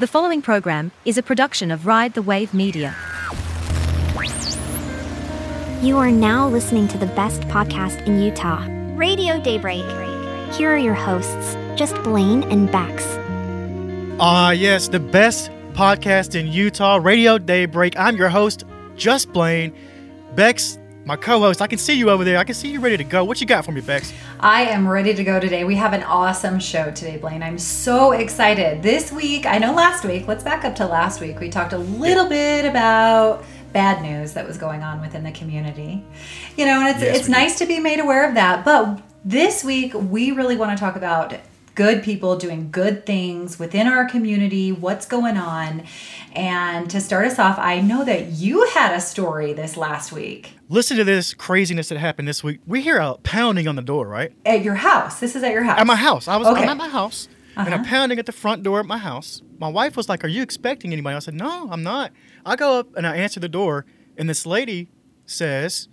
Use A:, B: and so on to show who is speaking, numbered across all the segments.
A: The following program is a production of Ride the Wave Media.
B: You are now listening to the best podcast in Utah, Radio Daybreak. Here are your hosts, just Blaine and Bax.
C: Ah, yes, the best podcast in Utah, Radio Daybreak. I'm your host, Just Blaine. Bex, my co host, I can see you over there. I can see you ready to go. What you got for me, Bex?
D: I am ready to go today. We have an awesome show today, Blaine. I'm so excited. This week, I know last week, let's back up to last week. We talked a little bit about bad news that was going on within the community. You know, and it's
C: Yes,
D: it's
C: we did.
D: nice to be made aware of that. But this week we really want to talk about good people doing good things within our community, what's going on. And to start us off, I know that you had a story this last week.
C: Listen to this craziness that happened this week. We hear a pounding on the door, right?
D: At your house. This is at your house.
C: At my house. I was
D: Okay.
C: I'm at my house, and I'm pounding at the front door at my house. My wife was like, Are you expecting anybody? I said, No, I'm not. I go up and I answer the door, and this lady says,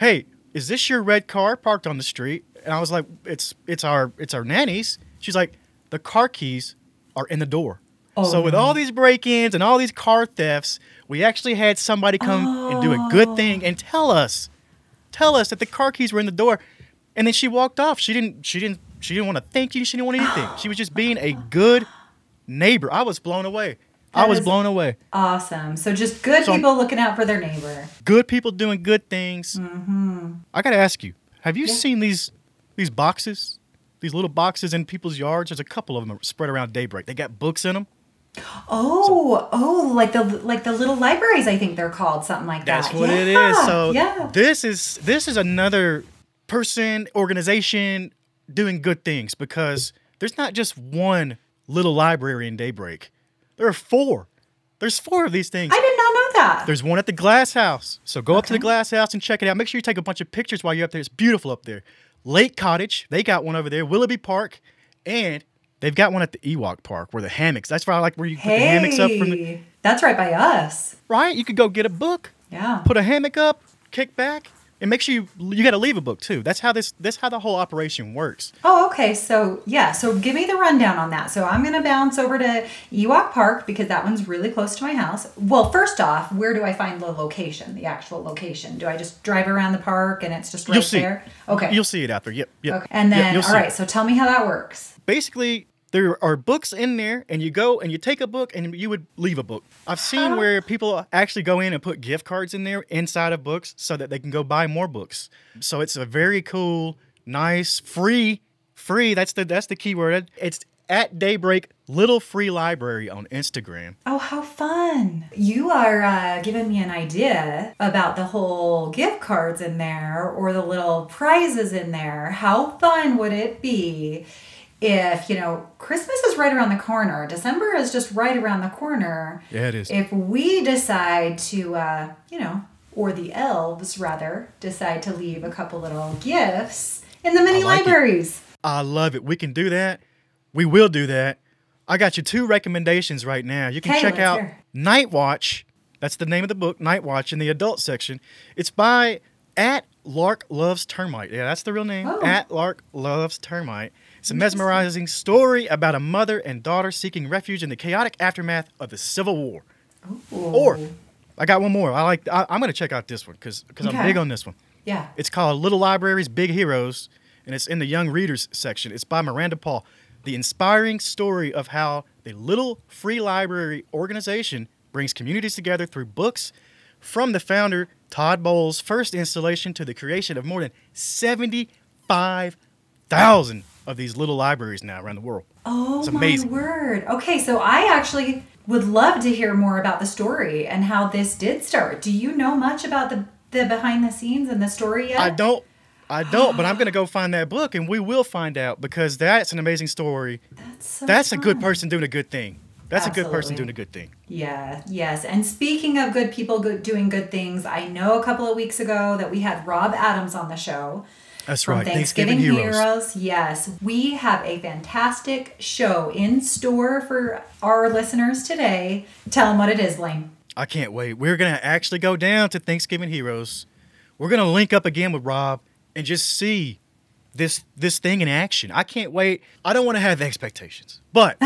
C: Hey, is this your red car parked on the street? And I was like, It's it's our it's our nanny's. She's like, The car keys are in the door. so with all these break-ins and all these car thefts, we actually had somebody come and do a good thing and tell us tell us that the car keys were in the door and then she walked off she didn't she didn't she didn't want to thank you she didn't want anything she was just being a good neighbor i was blown away i
D: That
C: was
D: is-
C: blown away
D: Awesome. So just good
C: So-
D: people looking out for their neighbor.
C: good people doing good things
D: Mm-hmm.
C: i gotta ask you have you seen these these boxes these little boxes in people's yards there's a couple of them spread around daybreak they got books in them
D: Oh, oh, like the like the little libraries. I think they're called something like
C: That's
D: that.
C: what it is.
D: Yeah,
C: So
D: yeah,
C: this is this is another person, organization doing good things because there's not just one little library in Daybreak. There are four. There's four of these things.
D: I did not know that.
C: There's one at the glass house. So go up to the glass house and check it out. Make sure you take a bunch of pictures while you're up there. It's beautiful up there. Lake Cottage, they got one over there. Willoughby Park, and they've got one at the Ewok Park where the hammocks. That's where I like where you put the hammocks up from the
D: Hey, that's right by us.
C: right. You could go get a book
D: Yeah.
C: put a hammock up, kick back, and make sure you you got to leave a book too. That's how this that's how the whole operation works.
D: Oh, okay. So yeah. So give me the rundown on that. So I'm gonna bounce over to Ewok Park because that one's really close to my house. Well, first off, where do I find the location? The actual location? Do I just drive around the park and it's just right
C: You'll see.
D: there? Okay.
C: You'll see it out there. Yep. Yep.
D: Okay. And
C: Yep,
D: then
C: you'll
D: all
C: see it.
D: right. So tell me how that works.
C: Basically, there are books in there, and you go and you take a book, and you would leave a book. I've seen
D: Oh.
C: where people actually go in and put gift cards in there inside of books so that they can go buy more books. So it's a very cool, nice, free, free. That's the that's the key word. It's at daybreak little free library on Instagram.
D: Oh, how fun! You are uh, giving me an idea about the whole gift cards in there or the little prizes in there. How fun would it be if, you know, Christmas is right around the corner? December is just right around the corner.
C: Yeah, it is.
D: If we decide to, uh, you know, or the elves rather, decide to leave a couple little gifts in the mini
C: like it.
D: libraries.
C: I love it. We can do that. We will do that. I got you two recommendations right now. You can
D: Okay,
C: check
D: let's
C: out
D: hear.
C: Night Watch. That's the name of the book, Night Watch, in the adult section. It's by at Lark Loves Termite. Yeah, that's the real name.
D: Oh.
C: At Lark Loves Termite. It's a mesmerizing story about a mother and daughter seeking refuge in the chaotic aftermath of the Civil War. Or
D: Oh.
C: I got one more. I like. I, I'm gonna check out this one because I'm
D: Okay.
C: big on this one.
D: Yeah.
C: It's called Little Libraries, Big Heroes, and it's in the Young Readers section. It's by Miranda Paul. The inspiring story of how the Little Free Library organization brings communities together through books from the founder Todd Bowles' first installation to the creation of more than 75,000 of these little libraries now around the world.
D: Oh
C: It's amazing.
D: my word. Okay, so I actually would love to hear more about the story and how this did start. Do you know much about the the behind the scenes and the story yet?
C: I don't. I don't, but I'm going to go find that book and we will find out because that's an amazing story.
D: That's, so
C: That's a good
D: fun.
C: person doing a good thing. That's a good person
D: Absolutely.
C: doing a good thing.
D: Yeah, yes. And speaking of good people good, doing good things, I know a couple of weeks ago that we had Rob Adams on the show.
C: That's
D: from
C: right.
D: Thanksgiving,
C: Thanksgiving Heroes.
D: Heroes. Yes, we have a fantastic show in store for our listeners today. Tell them what it is, Blaine.
C: I can't wait. We're going to actually go down to Thanksgiving Heroes. We're going to link up again with Rob and just see this this thing in action. I can't wait. I don't want to have expectations. But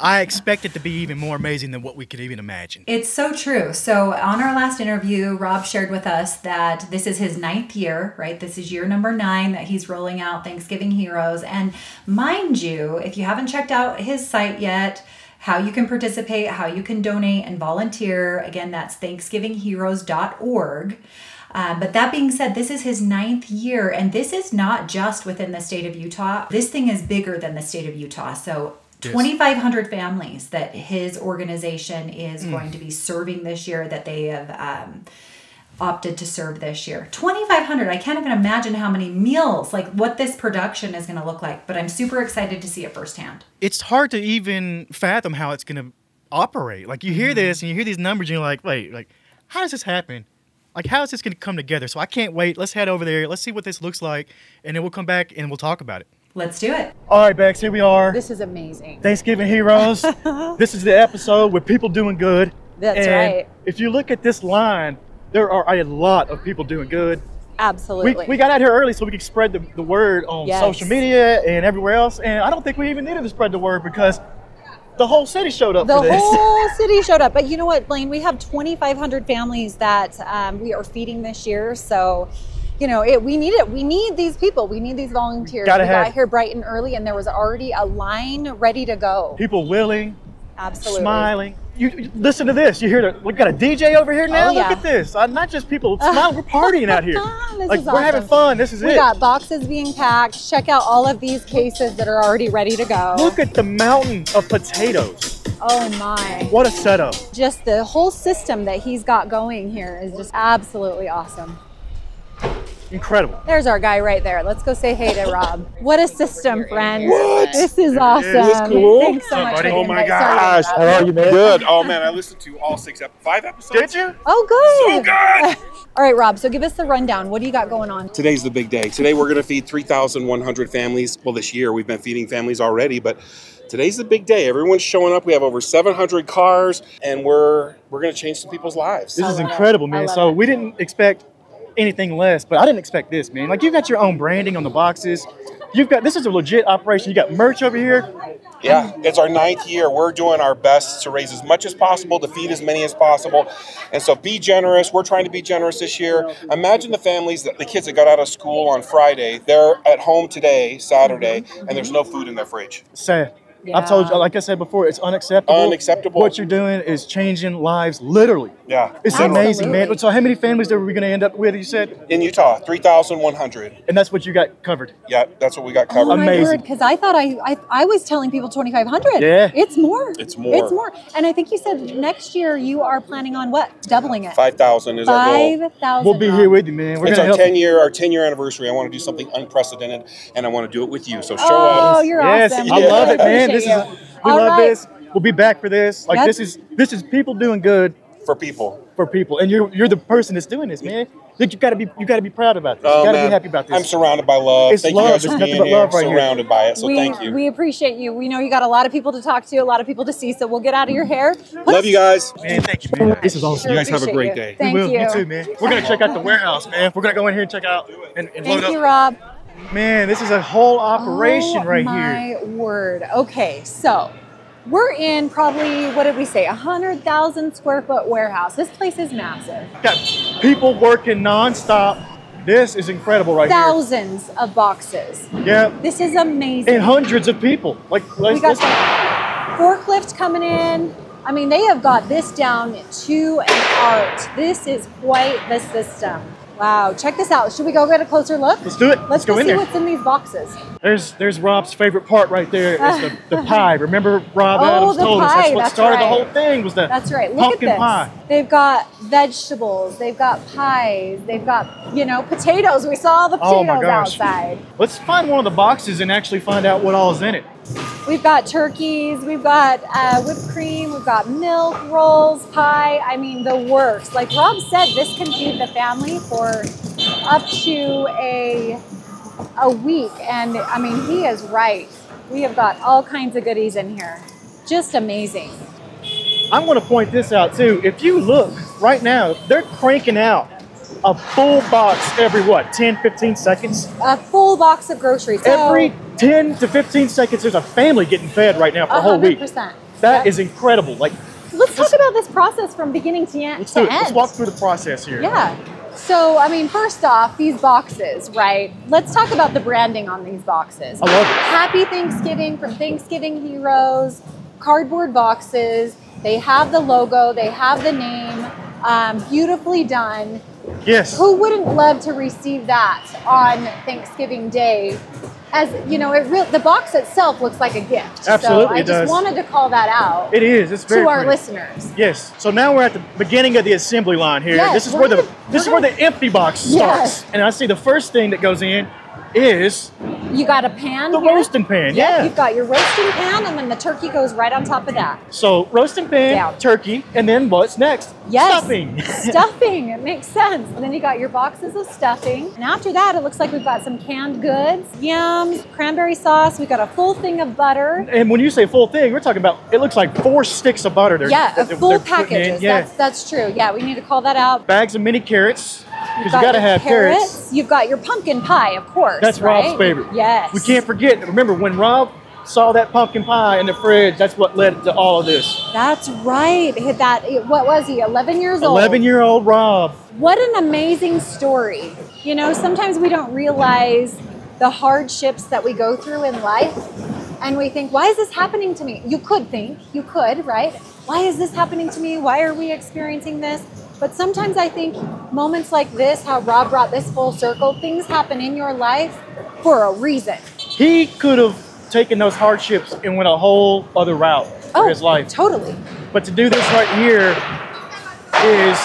C: I expect it to be even more amazing than what we could even imagine.
D: It's so true. So, on our last interview, Rob shared with us that this is his ninth year, right? This is year number nine that he's rolling out Thanksgiving Heroes. And mind you, if you haven't checked out his site yet, how you can participate, how you can donate and volunteer. Again, that's thanksgivingheroes.org. Uh, but that being said, this is his ninth year, and this is not just within the state of Utah. This thing is bigger than the state of Utah. So,
C: Yes.
D: 2,500 families that his organization is
C: Mm.
D: going to be serving this year that they have. Um, opted to serve this year 2500 i can't even imagine how many meals like what this production is going to look like but i'm super excited to see it firsthand
C: It's hard to even fathom how it's going to operate. Like you hear this and you hear these numbers and you're like, wait, like how does this happen? Like how is this going to come together? So I can't wait. Let's head over there. Let's see what this looks like, and then we'll come back and we'll talk about it.
D: let's do it
C: All right, Bex, here we are.
E: This is amazing.
C: Thanksgiving Heroes. this is the episode with people doing good.
E: That's
C: And
E: right.
C: If you look at this line, there are a lot of people doing good. We,
E: Absolutely.
C: we got out here early so we could spread the, the word on
E: Yes.
C: social media and everywhere else. And I don't think we even needed to spread the word because the whole city showed up
E: the
C: for this.
E: whole city showed up. But you know what, Blaine? We have 2,500 families that um, we are feeding this year. So, you know, it, we need it. We need these people. We need these volunteers.
C: gotta
E: we
C: have-
E: got here bright and early, and there was already a line ready to go.
C: People willing,
E: Absolutely.
C: smiling. You, you- listen to this. You hear that? We got a DJ over here now.
E: Oh,
C: Look
E: yeah. Oh,
C: at this. Uh, not just people smiling. We're partying out here.
E: This
C: like
E: is
C: we're having
E: awesome.
C: fun. This is
E: We
C: it.
E: got boxes being packed. Check out all of these cases that are already ready to go.
C: Look at the mountain of potatoes.
E: Oh my.
C: What a setup.
E: Just the whole system that he's got going here is just absolutely awesome.
C: Incredible.
E: There's our guy right there. Let's go say hey to Rob. What a system, friend.
F: What?
E: This is awesome.
F: This is cool.
E: Thanks so much. for the
F: Oh my
E: invite. Sorry
F: gosh.
E: about that.
F: are you, man? Good. Oh man, I listened to all six, ep- five episodes.
C: Did you?
E: Oh, good.
F: So good.
E: All right, Rob. So give us the rundown. What do you got going on?
F: Today's the big day. Today we're going to feed 3,100 families. Well, this year we've been feeding families already, but today's the big day. Everyone's showing up. We have over 700 cars, and we're we're going to change some people's lives.
C: This
E: I
C: is
E: love it.
C: incredible,
E: uh, I
C: man.
E: love
C: So
E: it.
C: we didn't expect anything less, but I didn't expect this, man. Like you got your own branding on the boxes. You've got this is a legit operation. You got merch over here.
F: Yeah, it's our ninth year. We're doing our best to raise as much as possible, to feed as many as possible. And so be generous. We're trying to be generous this year. Imagine the families that the kids that got out of school on Friday, they're at home today, Saturday, and there's no food in their fridge.
C: Sad. I've told you,
E: Yeah.
C: like I said before, it's unacceptable.
F: Unacceptable.
C: What you're doing is changing lives, literally.
F: Yeah.
C: It's
F: literally.
C: amazing, man.
E: Absolutely.
C: So how many families are we going to end up with? You said,
F: In Utah, 3,100.
C: and that's what you got covered.
F: Yeah, that's what we got
E: Oh
F: covered.
E: my
C: Amazing.
E: word! Because I thought I, I I was telling people twenty five hundred.
C: Yeah.
E: it's more.
F: It's more.
E: It's more. And I think you said next year you are planning on what? Doubling it.
F: 5,000 is our goal.
E: Five thousand.
C: We'll be here with you, man. We're
F: it's
C: going to
F: our
C: help.
F: 10 year our 10 year anniversary. I want to do something unprecedented and I want to do it with you. So show up.
E: Oh, you're
C: yes,
E: awesome.
C: I
F: Yeah.
C: love it, man.
E: Appreciate
C: This is
E: you.
C: we
E: All
C: love
E: right.
C: this. We'll be back for this. Like
E: Yep.
C: this is this is people doing good
F: for people.
C: for people, and you're you're the person that's doing this, man. Like you gotta be you gotta be proud about this.
F: Oh,
C: you gotta
F: man.
C: be happy about this.
F: I'm surrounded by love.
C: It's
F: thank
C: love.
F: you guys
C: There's
F: for
C: nothing
F: being
C: but
F: here.
C: love right here.
F: surrounded by it, so
E: we,
F: thank you.
E: we appreciate you. We know you got a lot of people to talk to, a lot of people to see, so we'll get out of your hair.
F: love you guys.
C: Man, thank you, man. This is awesome.
E: Sure
F: You guys have a
E: appreciate
F: great
E: you.
F: day.
E: Thank
C: we will.
E: you.
C: You too, man. We're gonna check out the warehouse, man. We're gonna go in here and check out and, and load
E: Thank you,
C: up.
E: Rob.
C: Man, this is a whole operation
E: oh,
C: right here.
E: My word. Okay, so we're in probably what did we say, a hundred thousand square foot warehouse. This place is massive.
C: Got people working nonstop. This is incredible right
E: Thousands of boxes.
C: here. Yeah.
E: This is amazing.
C: And hundreds of people. Like
E: we
C: let's,
E: got
C: let's,
E: some forklift coming in. I mean, they have got this down to an art. This is quite the system. Wow, check this out. Should we go get a closer look?
C: let's do it.
E: Let's
C: go
E: go
C: in
E: see
C: there.
E: what's in these boxes.
C: There's there's Rob's favorite part right there. Is the, the pie. Remember Rob
E: Oh,
C: Adams
E: the
C: told us that's
E: pie,
C: what
E: that's
C: started the
E: right.
C: whole thing was the
E: That's right. Look
C: pumpkin
E: at this.
C: pie.
E: They've got vegetables. They've got pies. They've got you know potatoes. We saw all the potatoes
C: Oh my gosh.
E: outside.
C: Let's find one of the boxes and actually find out what all is in it.
E: We've got turkeys. We've got uh, whipped cream. We've got milk rolls, pie. I mean the works. Like Rob said, this can feed the family for up to a a week. And I mean he is right. We have got all kinds of goodies in here. Just amazing.
C: I'm going to point this out too. If you look right now, they're cranking out a full box every what 10, 15 seconds.
E: A full box of groceries. So-
C: Every 10 to 15 seconds, there's a family getting fed right now for a whole week.
E: 100%.
C: That is incredible. Like,
E: Let's talk about this process from beginning to, en-
C: let's
E: to
C: do it.
E: end.
C: Let's walk through the process here.
E: Yeah. So, I mean, first off, these boxes, right? Let's talk about the branding on these boxes.
C: I love it.
E: Happy Thanksgiving from Thanksgiving Heroes, cardboard boxes. They have the logo, they have the name, um, beautifully done.
C: Yes.
E: Who wouldn't love to receive that on Thanksgiving Day? As you know, it re- the box itself looks like a gift. so
C: Absolutely,
E: I
C: it
E: just
C: does.
E: wanted to call that out
C: It is. It's very
E: to our
C: pretty.
E: listeners.
C: Yes. So now we're at the beginning of the assembly line here.
E: Yes,
C: this is
E: we're
C: where the
E: gonna-
C: this is
E: we're
C: where the empty box
E: Yes.
C: starts. And I see the first thing that goes in is
E: You got a pan.
C: the
E: here?
C: roasting pan.
E: Mm-hmm. Yeah,
C: Yeah.
E: you've got your roasting pan, and then the turkey goes right on top of that.
C: so roasting pan,
E: Down.
C: turkey, and then what's next?
E: Yes.
C: Stuffing.
E: stuffing, it makes sense. And then you got your boxes of stuffing. And after that, it looks like we've got some canned goods, yams, cranberry sauce. We've got a full thing of butter.
C: and when you say full thing, we're talking about it looks like four sticks of butter. They're,
E: yeah,
C: that
E: a
C: they're-
E: full
C: they're putting in.
E: packages.
C: Yeah.
E: That's, that's true. Yeah, we need to call that out.
C: Bags of mini carrots because you
E: You've got
C: gotta
E: your
C: have carrots.
E: You've got your pumpkin pie, of course.
C: That's
E: right?
C: Rob's favorite.
E: Yes.
C: We can't forget. Remember when Rob saw that pumpkin pie in the fridge? That's what led to all of this.
E: That's right. Hit that. What was he? Eleven years old.
C: Eleven-year-old Rob.
E: What an amazing story. You know, sometimes we don't realize the hardships that we go through in life and we think, why is this happening to me? You could think, you could, right? Why is this happening to me? Why are we experiencing this? But sometimes I think moments like this, how Rob brought this full circle, things happen in your life for a reason.
C: he could have taken those hardships and went a whole other route for
E: Oh.
C: his life.
E: totally.
C: But to do this right here is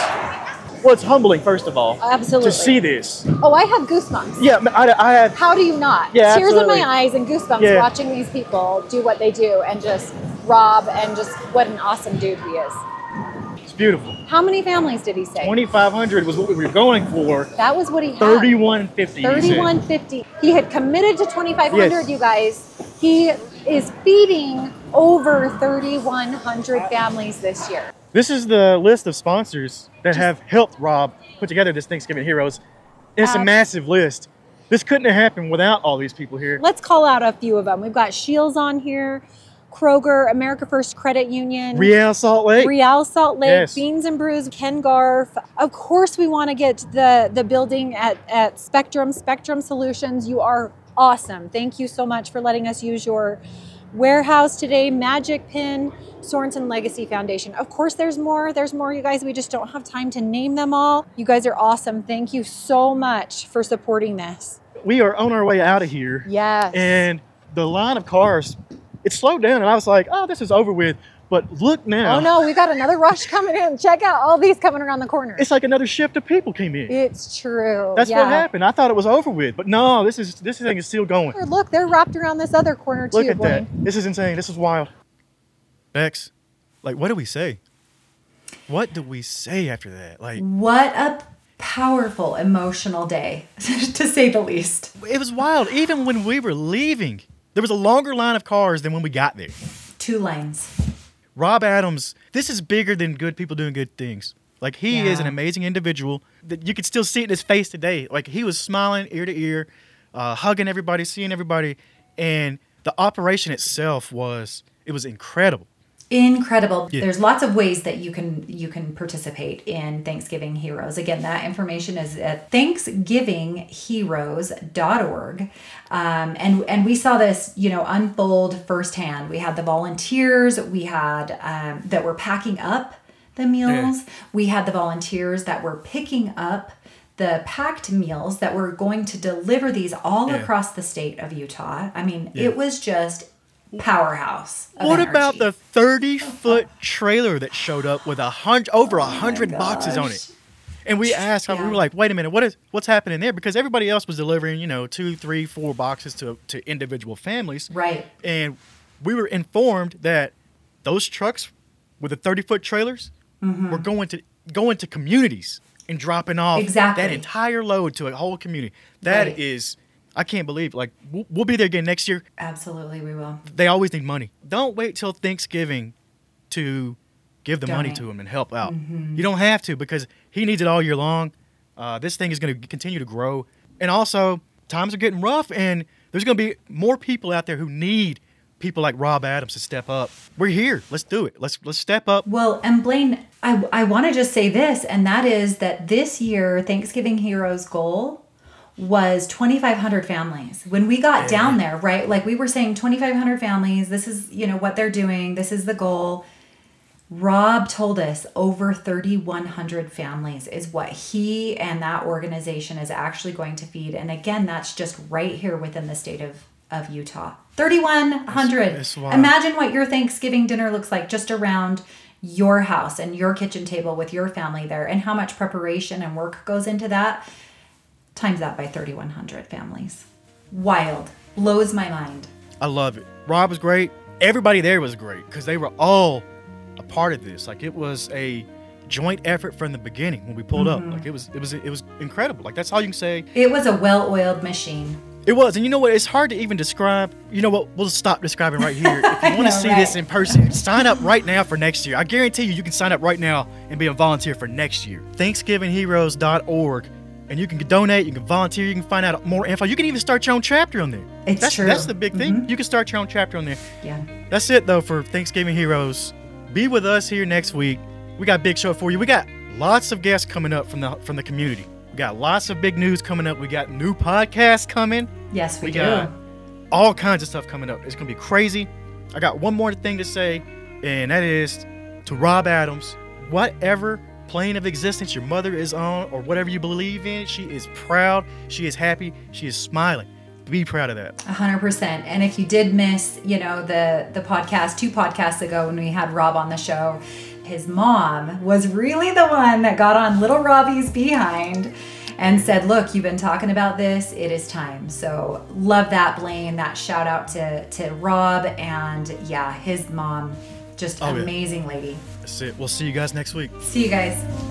C: well, it's humbling, first of all,
E: Absolutely.
C: to see this.
E: Oh, I have goosebumps.
C: Yeah, I, I have.
E: How do you not?
C: Yeah,
E: Tears
C: absolutely.
E: in my eyes and goosebumps
C: Yeah.
E: watching these people do what they do and just Rob and just what an awesome dude he is.
C: It's beautiful.
E: How many families did he say?
C: 2,500 was what we were going for.
E: That was what he had.
C: 3,150. he said.
E: 3150. He had committed to 2500
C: Yes.
E: you guys. He is feeding over 3100 families this year.
C: This is the list of sponsors that have helped Rob put together this Thanksgiving Heroes. It's a
E: Ab-
C: massive list. This couldn't have happened without all these people here.
E: Let's call out a few of them. We've got Shields on here, Kroger, America First Credit Union,
C: Real Salt Lake.
E: Real Salt Lake,
C: Yes.
E: Beans and Brews, Ken Garf. Of course, we want to get the the building at at Spectrum Spectrum Solutions. You are awesome. Thank you so much for letting us use your warehouse today. Magic Pin, Sorensen Legacy Foundation. Of course, there's more. There's more, you guys. We just don't have time to name them all. You guys are awesome. Thank you so much for supporting this.
C: We are on our way out of here.
E: Yes.
C: and the line of cars it slowed down and i was like oh this is over with but look now
E: Oh no, we got another rush coming in. Check out all these coming around the corner.
C: it's like another shift of people came in
E: It's true.
C: that's
E: yeah.
C: what happened i thought it was over with but no this is this thing is still going
E: Or Look, they're wrapped around this other corner too.
C: look at that
E: Blaine.
C: this is insane this is wild
G: Next. Like, what do we say? What do we say after that? Like,
D: What a powerful emotional day, to say the least.
G: it was wild. Even when we were leaving, there was a longer line of cars than when we got there.
D: Two lanes.
G: Rob Adams, this is bigger than good people doing good things. Like he is
D: Yeah.
G: an amazing individual that you could still see it in his face today. Like he was smiling ear to ear, uh, hugging everybody, seeing everybody, and the operation itself was it was incredible.
D: incredible there's lots of ways that you can you can participate in thanksgiving heroes again that information is at thanksgivingheroes.org um, and and we saw this you know unfold firsthand we had the volunteers we had um, that were packing up the meals we had the volunteers that were picking up the packed meals that were going to deliver these all across the state of utah i mean it was just powerhouse of
G: What about
D: energy.
G: the thirty foot trailer that showed up with a hundred over a hundred
D: Oh
G: boxes on it? And we asked, we were like, "Wait a minute, what is what's happening there?" Because everybody else was delivering, you know, two, three, four boxes to to individual families,
D: Right.
G: And we were informed that those trucks with the thirty foot trailers
D: Mm-hmm.
G: were going to going to communities and dropping off
D: Exactly.
G: that entire load to a whole community. That
D: Right.
G: is- I can't believe. Like, we'll, we'll be there again next year
D: Absolutely, we will.
G: they always need money. Don't wait till Thanksgiving to give the money
D: Donate.
G: to him and help out. You don't have to because he needs it all year long. Uh, this thing is going to continue to grow. And also, times are getting rough, and there's going to be more people out there who need
C: people like Rob Adams to step up. We're here. Let's do it. Let's let's step up.
D: Well, and Blaine, I, I want to just say this, and that is that this year, Thanksgiving Heroes goal was 2,500 families. When we got down there, right? Like we were saying, 2,500 families, this is, you know, what they're doing, this is the goal. Rob told us over 3,100 families is what he and that organization is actually going to feed. And again, that's just right here within the state of, of Utah. 3,100.
C: That's- that's wild.
D: Imagine what your Thanksgiving dinner looks like just around your house and your kitchen table with your family there, and how much preparation and work goes into that. Times that by 3,100 families. Wild. Blows my mind.
C: I love it. Rob was great. Everybody there was great because they were all a part of this. Like it was a joint effort from the beginning when we pulled up. Like it was it was it was incredible. Like that's all you can say.
D: It was a well oiled machine.
C: It was, and you know what? It's hard to even describe. You know what? We'll stop describing right here. If you want
D: know,
C: to see
D: right?
C: this in person, sign up right now for next year. I guarantee you, you can sign up right now and be a volunteer for next year. ThanksgivingHeroes.org, and you can donate, you can volunteer, you can find out more info. You can even start your own chapter on there.
D: It's
C: that's,
D: true. Mm-hmm.
C: That's the big thing. You can start your own chapter on there.
D: Yeah.
C: That's it though for Thanksgiving Heroes. Be with us here next week. We got a big show for you. We got lots of guests coming up from the from the community. We got lots of big news coming up. We got new podcasts coming.
D: Yes, we,
C: We
D: do.
C: got all kinds of stuff coming up. It's gonna be crazy. I got one more thing to say, and that is to Rob Adams, whatever plane of existence your mother is on or whatever you believe in, she is proud, she is happy, she is smiling. Be proud of that.
D: 100% and if you did miss you know the the podcast two podcasts ago when we had rob on the show his mom was really the one that got on little robbie's behind and said look you've been talking about this it is time so love that blaine that shout out to to rob and yeah his mom just
C: Oh, yeah.
D: amazing lady
C: That's it. We'll see you guys next week.
D: see you guys